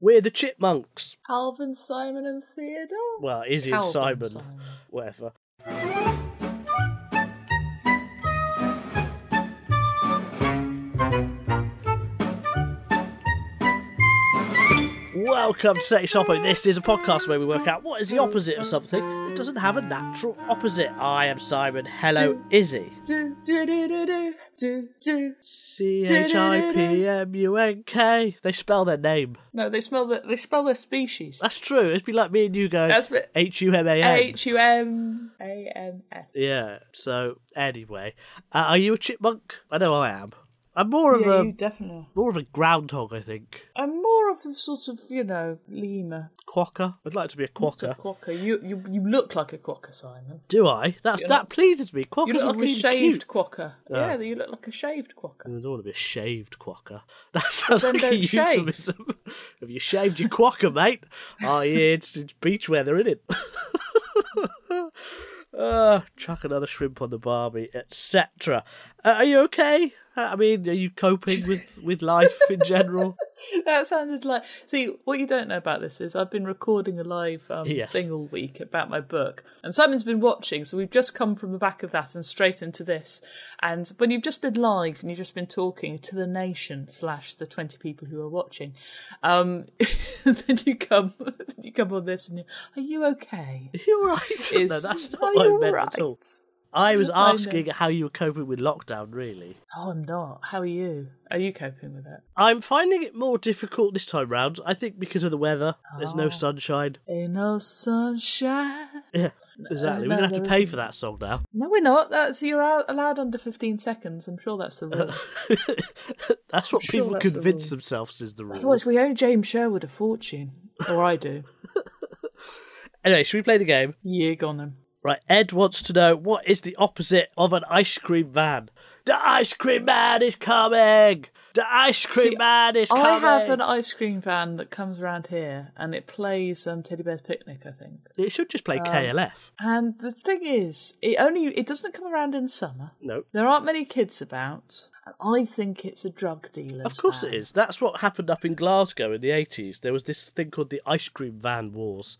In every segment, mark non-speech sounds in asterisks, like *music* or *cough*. We're the Chipmunks. Calvin, Simon, and Theodore. Well, Izzy and Calvin, Simon, whatever. Welcome to Seti Sopo. This is a podcast where we work out what is the opposite of something that doesn't have a natural opposite. I am Simon. Hello, Izzy. Do do do do do do do. C H I P M U N K. They spell their name. No, they smell the they spell their species. That's true. It'd be like me and you going That's what- H U M A N. H U M A M F. Yeah. So anyway, uh, are you a chipmunk? I know I am. I'm more of Yeah, a you definitely. Are. more of a groundhog, I think. I'm more of the sort of you know lemur, Quokka. I'd like to be a quokka. quokka. You you you look like a quokka, Simon. Do I? That's that pleases me. Quokkas You look are like really a cute. shaved quokka. Yeah, you look like a shaved I don't quokka. want to be a shaved quokka. *laughs* That sounds then like a don't shave. euphemism. Have you shaved your quokka, mate? oh yeah, it's, it's beach weather, isn't it? *laughs* uh, chuck another shrimp on the barbie, etc. Uh, are you okay? Uh, I mean, are you coping with with life in general? That sounded like. See, what you don't know about this is I've been recording a live um, Yes. thing all week about my book, and Simon's been watching, so we've just come from the back of that and straight into this. And when you've just been live and you've just been talking to the nation slash the twenty people who are watching, um, *laughs* then you come, *laughs* you come on this, and you, are you okay? You're right. Is- *laughs* no, that's not are what I you meant right? at all. I was I know. asking how you were coping with lockdown, really. Oh, I'm not. How are you? Are you coping with it? I'm finding it more difficult this time round. I think because of the weather. There's Ah. no sunshine. *laughs* Ain't no sunshine. Yeah, exactly. We're no, going to have to there pay isn't. for that song now. *laughs* No, we're not. That's you're al- allowed under fifteen seconds. I'm sure that's the rule. *laughs* That's what sure people that's the convince rule. themselves is the rule. Otherwise, we owe James Sherwood a fortune, or I do. Anyway, should we play the game? Yeah, gone them. Right, Ed wants to know what is the opposite of an ice cream van? The ice cream man is coming! The ice cream See, man is coming! I have an ice cream van that comes around here, and it plays um, Teddy Bear's Picnic, I think. It should just Uh, play KLF. And the thing is, it only it doesn't come around in summer. No. There aren't many kids about, and I think it's a drug dealer. Of course it is. That's what happened up in Glasgow in the 80s. There was this thing called the Ice Cream Van Wars.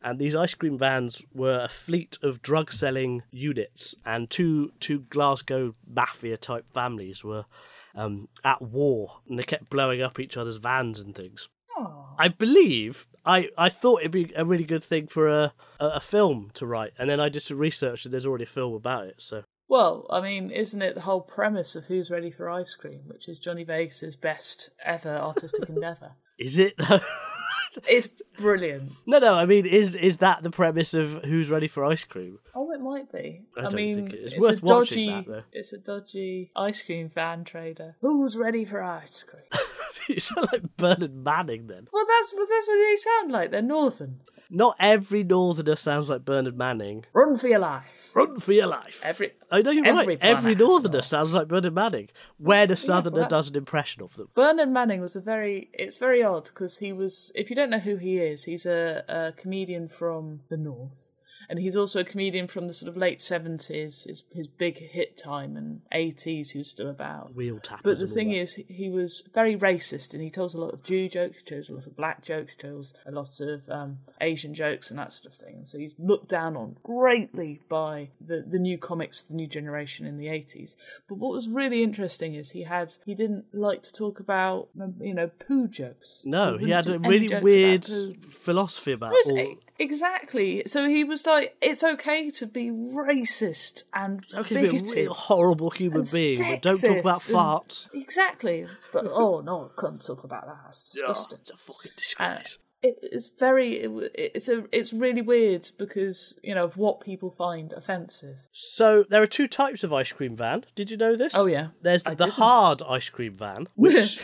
And these ice cream vans were a fleet of drug selling units, and two, two Glasgow mafia type families were um, at war and they kept blowing up each other's vans and things. I believe I, I thought it'd be a really good thing for a, a, a film to write, and then I just researched and there's already a film about it. So Well, I mean, isn't it the whole premise of Who's Ready for Ice Cream, which is Johnny Vegas's best *laughs* ever artistic endeavour? is it though? *laughs* It's brilliant. no, no. I mean, is is that the premise of Who's Ready for Ice Cream? Oh, it might be. I I, don't mean, think it is. it's Worth a dodgy, watching that, though. It's a dodgy ice cream van trader. Who's ready for ice cream? *laughs* *laughs* you sound like Bernard Manning then. well, that's well, that's what they sound like. They're northern. Not every northerner sounds like Bernard Manning. Run for your life. Run for your life. Every I know you're every right. Every Bernard northerner has a sounds like Bernard Manning. When a southerner that's- does an impression of them. Bernard Manning was a very. It's very odd because he was. If you don't know who he is, he's a, a comedian from the north, and he's also a comedian from the sort of late seventies. His, his big hit time and eighties. He was still about. Wheel tappers. But the and all thing that. is, he was very racist, and he tells a lot of Jew jokes, he tells a lot of black jokes, tells a lot of um, Asian jokes, and that sort of thing. So he's looked down on greatly by the, the new comics, the new generation in the eighties. But what was really interesting is he had he didn't like to talk about um, you know poo jokes. No, he wouldn't had do a any really jokes about weird poo. philosophy about It was- all. e- Exactly. So he was like, "It's okay to be racist and Okay, to be a bigoted, real horrible human and being, but don't talk about sexist and- farts. Exactly. But oh no, I couldn't talk about that. That's disgusting. Uh, It's a fucking disgrace. It, it's very. It, it's a. It's really weird because you know of what people find offensive. So there are two types of ice cream van. Did you know this? Oh, yeah. There's I the didn't. hard ice cream van, *laughs* which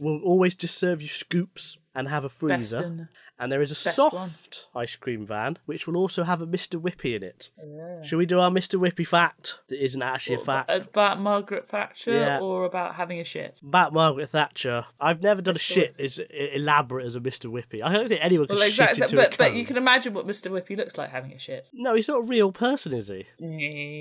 will always just serve you scoops and have a Best freezer. in- and there is a best soft ice cream van, which will also have a Mr. Whippy in it. Shall we do our Mr. Whippy fact that isn't actually a fact? about Margaret Thatcher Uh, Yeah. or about having a shit. about Margaret Thatcher, I've never done a Mr. shit as e-, elaborate as a Mr. Whippy. I don't think anyone can Well, shit exactly. into a But cone. but you can imagine what Mr. Whippy looks like having a shit. No, he's not a real person, is he?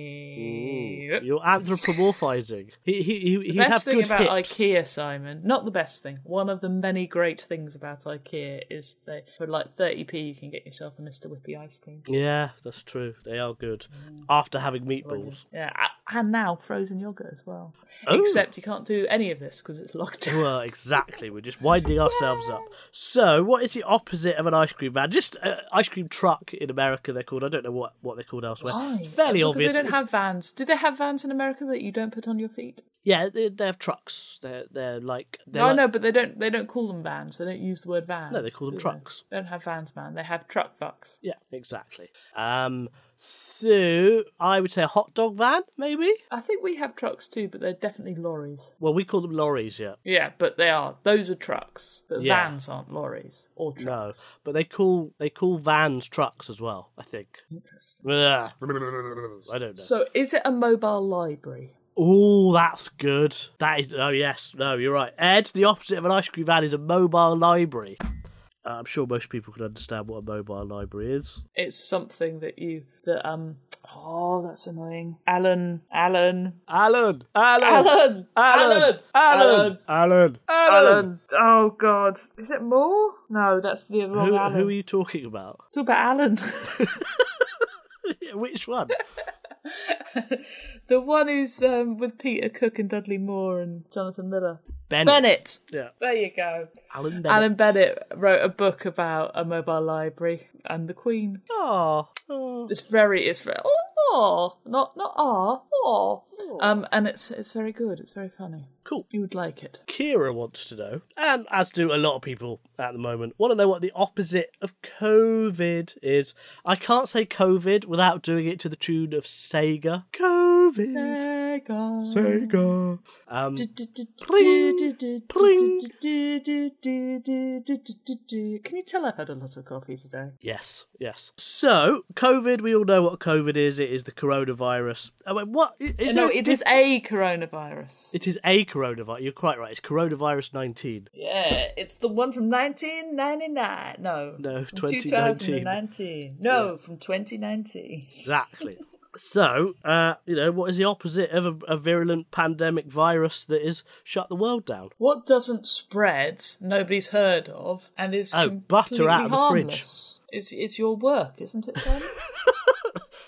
The You're anthropomorphizing. he, he, he, he'd best have thing good about hips. IKEA, Simon, not the best thing. One of the many great things about IKEA is they for like 30p you can get yourself a Mr Whippy ice cream. Yeah, that's true. They are good. Mm. After having meatballs. Yeah, a- and now frozen yogurt as well. Oh. Except you can't do any of this because it's lockdown. *laughs* Well, exactly. We're just winding ourselves up. So, what is the opposite of an ice cream van? Just uh, ice cream truck in America. They're called. I don't know what, what they're called elsewhere. Why? Fairly because obvious. They don't It's- have vans. Do they have vans in America that you don't put on your feet? Yeah, they, they have trucks. They're they're like. They're No, I like- know, but they don't. They don't call them vans. They don't use the word van. No, they call them do trucks. They don't have vans, man. They have truck bucks. Yeah, exactly. Um, so I would say a hot dog van, maybe. I think we have trucks too, but they're definitely lorries. Well, we call them lorries. Yeah. Yeah, but they are. Those are trucks. But Yeah. vans aren't lorries or No, trucks. but they call they call vans trucks as well. I think. Interesting. Ugh, I don't know. So is it a mobile library? Oh, that's good. That is. Oh yes. No, you're right. Ed, the opposite of an ice cream van is a mobile library. Uh, I'm sure most people can understand what a mobile library is. It's something that you that um. Oh, that's annoying. Alan. Alan. *laughs* Alan. Alan. Alan. Alan. Alan. Alan. Alan. Alan. Oh God. Is it more? No, that's the wrong Who, Alan. who are you talking about? *laughs* Talk about Alan. *laughs* Which one? the one who's um, with Peter Cook and Dudley Moore and Jonathan Miller. Bennett. Bennett. Yeah. There you go. Alan Bennett. Alan Bennett wrote a book about a mobile library and the Queen. Aw. It's very, it's very, oh, aw, not not ah, oh. Um, and it's it's very good. It's very funny. Cool. You would like it. Kira wants to know, and as do a lot of people at the moment, want to know what the opposite of COVID is. I can't say COVID without doing it to the tune of Sega. COVID. Sega. Um, Can you tell I've had a lot of coffee today? yes, yes. So, COVID, we all know what COVID is. It is the coronavirus. I mean, what? Is No, there a it is a coronavirus. It is a coronavirus. You're quite right. It's coronavirus 19. Yeah, it's the one from 1999. No. No, from 2019. 2019. No, from 2019. Exactly. so, uh, you know, what is the opposite of a, a virulent pandemic virus that is shut the world down? What doesn't spread, nobody's heard of, and is Oh, butter completely out of the fridge. harmless? It's, it's your work, isn't *laughs* it, Simon?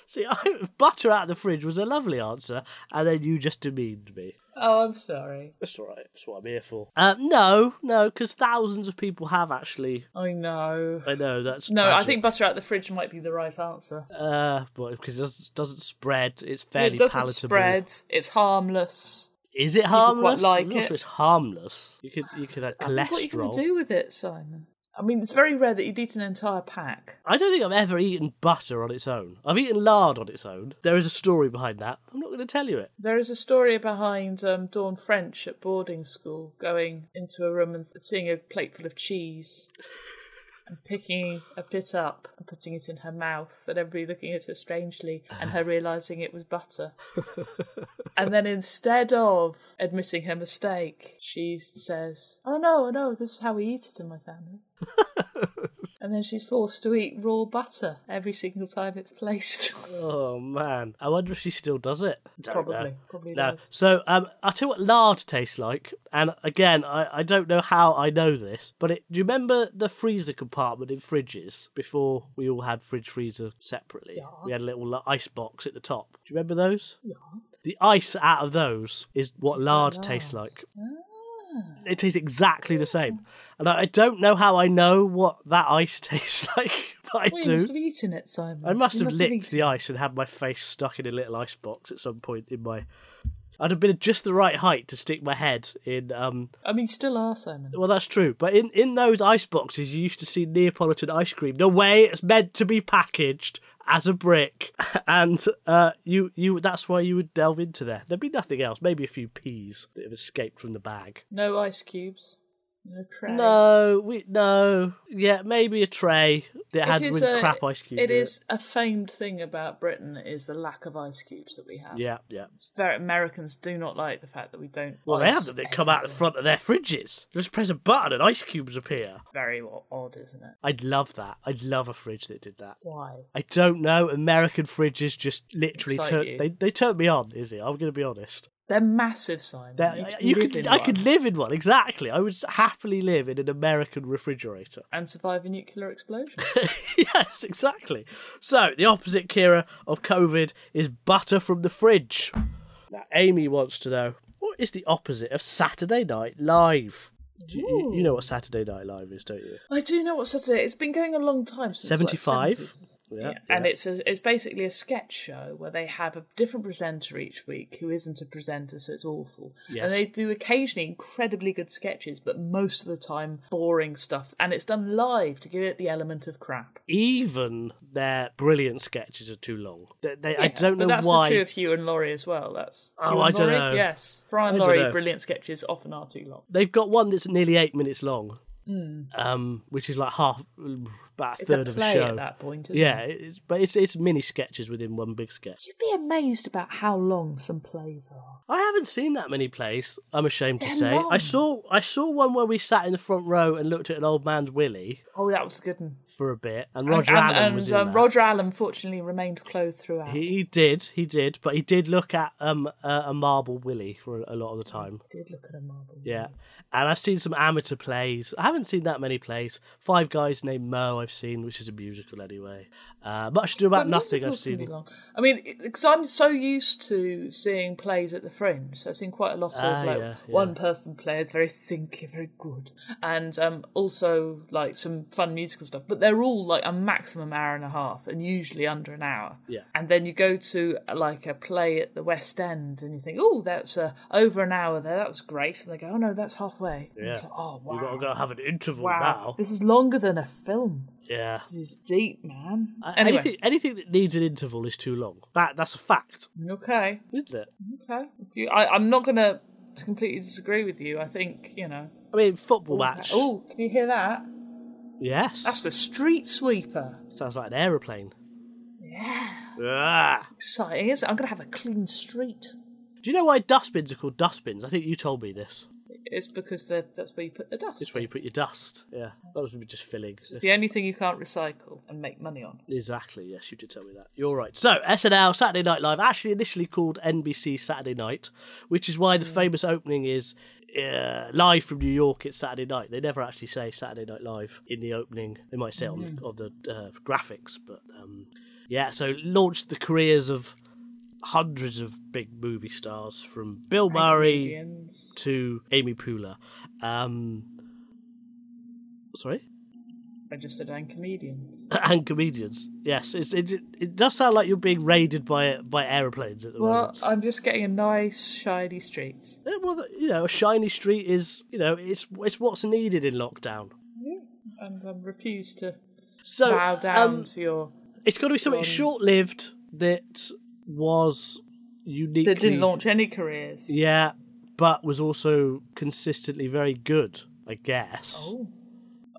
See, *laughs* I, butter out of the fridge was a lovely answer, and then you just demeaned me. oh, I'm sorry. That's all right. That's what I'm here for. Uh, no, no, because thousands of people have actually. I know. I know that's No, I tragic. think butter out the fridge might be the right answer. uh, but because it doesn't, doesn't spread, it's It fairly doesn't palatable. spread. It's harmless. Is it quite harmless? like I'm not it. sure it's harmless. You could you could have cholesterol. What are you going to do with it, Simon? I mean, it's very rare that you'd eat an entire pack. I don't think I've ever eaten butter on its own. I've eaten lard on its own. There is a story behind that. I'm not going to tell you it. There is a story behind um, Dawn French at boarding school going into a room and seeing a plateful of cheese and picking a bit up and putting it in her mouth, and everybody looking at her strangely and her realizing it was butter. and then instead of admitting her mistake, she says, Oh no, no, this is how we eat it in my family. and then she's forced to eat raw butter every single time it's placed. Oh man, I wonder if she still does it. Don't know. probably, probably No. does. So um, I'll tell you what lard tastes like, and again, I, I don't know how I know this, but it, do you remember the freezer compartment in fridges before we all had fridge freezer separately? We had a little li- ice box at the top. Do you remember those? Yeah. The ice out of those is what lard tastes like. It tastes exactly the same, and I, I don't know how I know what that ice *laughs* tastes like, but I Well, you do. must have eaten it, Simon. I must You have licked eaten the ice and had my face stuck in a little ice box at some point in my. I'd have been just the right height to stick my head in. Um, I mean, you still are, Simon. well, that's true, but in, in those ice boxes, you used to see Neapolitan ice cream the way it's meant to be packaged as a brick, *laughs* and uh, you you that's why you would delve into there. There'd be nothing else, maybe a few peas that have escaped from the bag. No ice cubes. No tray. No, we no, yeah, maybe a tray that It had is with a- crap ice cubes. It in is a famed thing about Britain is the lack of ice cubes that we have. Yeah, yeah. It's very, Americans do not like the fact that we don't. Well, they ice have them that come out the front of their fridges. Just press a button and ice cubes appear. Very o- odd, isn't it? I'd love that. I'd love a fridge that did that. Why? I don't know. American fridges just literally Excite turn you. they they turn me on. Is it? I'm going to be honest. They're massive, Simon. There- uh, you live could, in I one could live in one exactly. I would happily live in an American refrigerator. and survive a nuclear explosion. *laughs* yes, exactly. So the opposite, Kira, of COVID is butter from the fridge. Now, Amy wants to know what is the opposite of Saturday Night Live. Do you, you know what Saturday Night Live is, don't you? I do know what Saturday. It's been going a long time since like, 75? 70s. Yeah, and yeah. it's a, it's basically a sketch show where they have a different presenter each week who isn't a presenter, so it's awful. Yes. And they do occasionally incredibly good sketches, but most of the time boring stuff. And it's done live to give it the element of crap. Even their brilliant sketches are too long. They, they, I Yeah, don't but know that's why. the true of Hugh and Laurie as well. That's Oh, Hugh and I don't Laurie? know. Yes, Brian I and don't Laurie know. brilliant sketches often are too long. They've got one that's nearly eight minutes long, um, which is like half, about a It's third a of a play show. at that point. Isn't yeah, it? it's, but it's it's mini sketches within one big sketch. you'd be amazed about how long some plays are. I haven't seen that many plays. I'm ashamed to They're say. I long. saw I saw one where we sat in the front row and looked at an old man's willy Oh, that was a good one. for a bit, and Roger and, Allen and, was in um, that. Roger Allen fortunately remained clothed throughout. He, he did, he did, but he did look at um a, a marble willy for a, a lot of the time. did look at a marble. Yeah, and I've seen some amateur plays. I haven't seen that many plays. Five Guys Named Mo I've seen, which is a musical anyway. Uh, Much Ado About But Nothing I've musicals can be seen. long. I mean, because I'm so used to seeing plays at the Fringe, so I've seen quite a lot of Ah, yeah, like yeah. one person players, very thinky, very good, and um, also like some fun musical stuff. But they're all like a maximum hour and a half, and usually under an hour. Yeah. And then you go to uh, like a play at the West End, and you think, oh, that's uh, over an hour there. That was great. And they go, oh no, that's halfway. And Yeah. it's like, oh wow. We've got to go have an interval Wow, now. this is longer than a film. Yeah. This is deep, man. Uh, anyway, Anything, anything that needs an interval is too long. That that's a fact, okay, isn't it? okay. If you, I, I'm not gonna completely disagree with you. I think you know. I mean, football match. Oh, can you hear that? Yes. That's the street sweeper. Sounds like an aeroplane. Yeah, Ah. exciting. Isn't it? I'm gonna have a clean street. Do you know why dustbins are called dustbins? I think you told me this. It's because they're, that's where you put the dust. It's where you put your dust. Yeah. That was me just filling. It's the only thing you can't recycle and make money on. Exactly. Yes, you did tell me that. You're right. So SNL Saturday Night Live actually initially called NBC Saturday Night, which is why the famous opening is uh, live from New York. It's Saturday night. They never actually say Saturday Night Live in the opening. They might say it on, on the uh, graphics, but um, yeah. So launched the careers of hundreds of big movie stars from Bill Murray Comedians. to Amy Poehler. Um, sorry I just said and comedians. *laughs* and comedians. Yes, it's, it it does sound like you're being raided by by aeroplanes at the Well, uh, moment. I'm just getting a nice shiny street. Eh, Well, you know, a shiny street is you know it's it's what's needed in lockdown. and um, refuse to So bow down um, to your. it's got to be something short lived that was uniquely That didn't launch any careers. Yeah, but was also consistently very good. I guess Oh.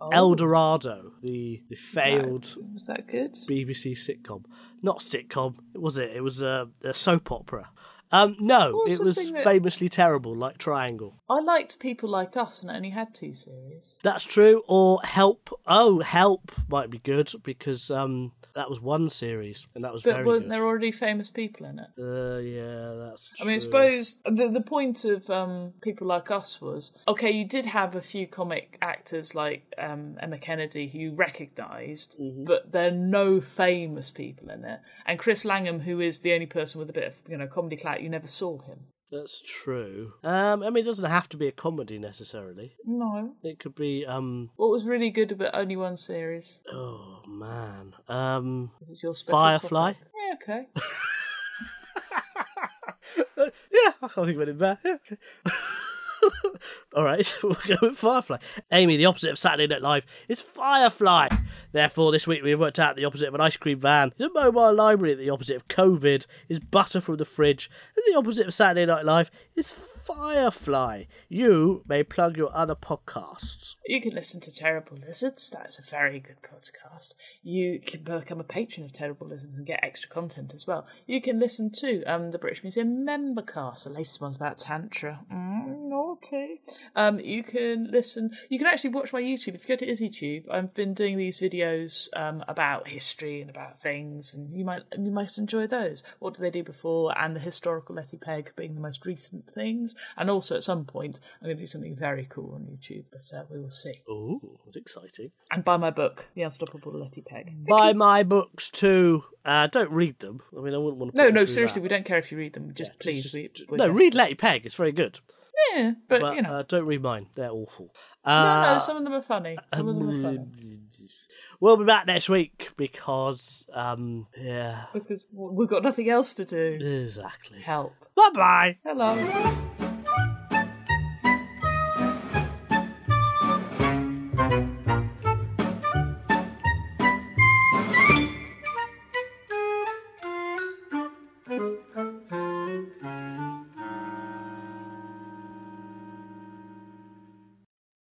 Oh. El Dorado, the, the failed Was that good? BBC sitcom. Not sitcom, was it? It was a, a soap opera. Um, no, What was it the was thing that- famously terrible, like Triangle. I liked People Like Us, and it only had two series. That's true. Or Help. Oh, Help might be good because um, that was one series and that was But very weren't good. there already famous people in it? Uh, yeah, that's. I mean, I true. suppose the the point of um, people like us was okay. You did have a few comic actors like um, Emma Kennedy who you recognized Mm-hmm. but there are no famous people in it. And Chris Langham, who is the only person with a bit of you know comedy clout, you never saw him. that's true. Um, I mean, it doesn't have to be a comedy necessarily. No, It could be. Um, What was really good about only one series? oh man. Um, This is your special Firefly. topic. Yeah, okay. Uh, yeah, I can't think of anything bad. Yeah, okay. *laughs* All right, *laughs* we'll go with Firefly. Amy, the opposite of Saturday Night Live is Firefly. Therefore, this week we've worked out the opposite of an ice cream van is a mobile library. The opposite of COVID is butter from the fridge. And the opposite of Saturday Night Live is Firefly. You may plug your other podcasts. You can listen to Terrible Lizards. That's a very good podcast. You can become a patron of Terrible Lizards and get extra content as well. You can listen to um, the British Museum Membercast. The latest one's about Tantra. Mm, okay. Um, you can listen. You can actually watch my YouTube. If you go to IzzyTube, I've been doing these videos um, about history and about things, and you might you might enjoy those. What did they do before? And the historical Letty Peg being the most recent things. And also at some point, I'm going to do something very cool on YouTube, but uh, we will see. Ooh, it's exciting. And buy my book, The Unstoppable Letty Peg. Mm. Buy my books too. Uh, don't read them. I mean, I wouldn't want to. No, no, seriously, we don't care if you read them. Just please, we, we No, just- read Letty Peg. It's very good. Yeah, but, But you know, uh, don't read mine. They're awful. no, Uh, um, no, some of them are funny. Some of them are funny. We'll be back next week because, um, yeah, because we've got nothing else to do. exactly. Help. Bye bye. Hello.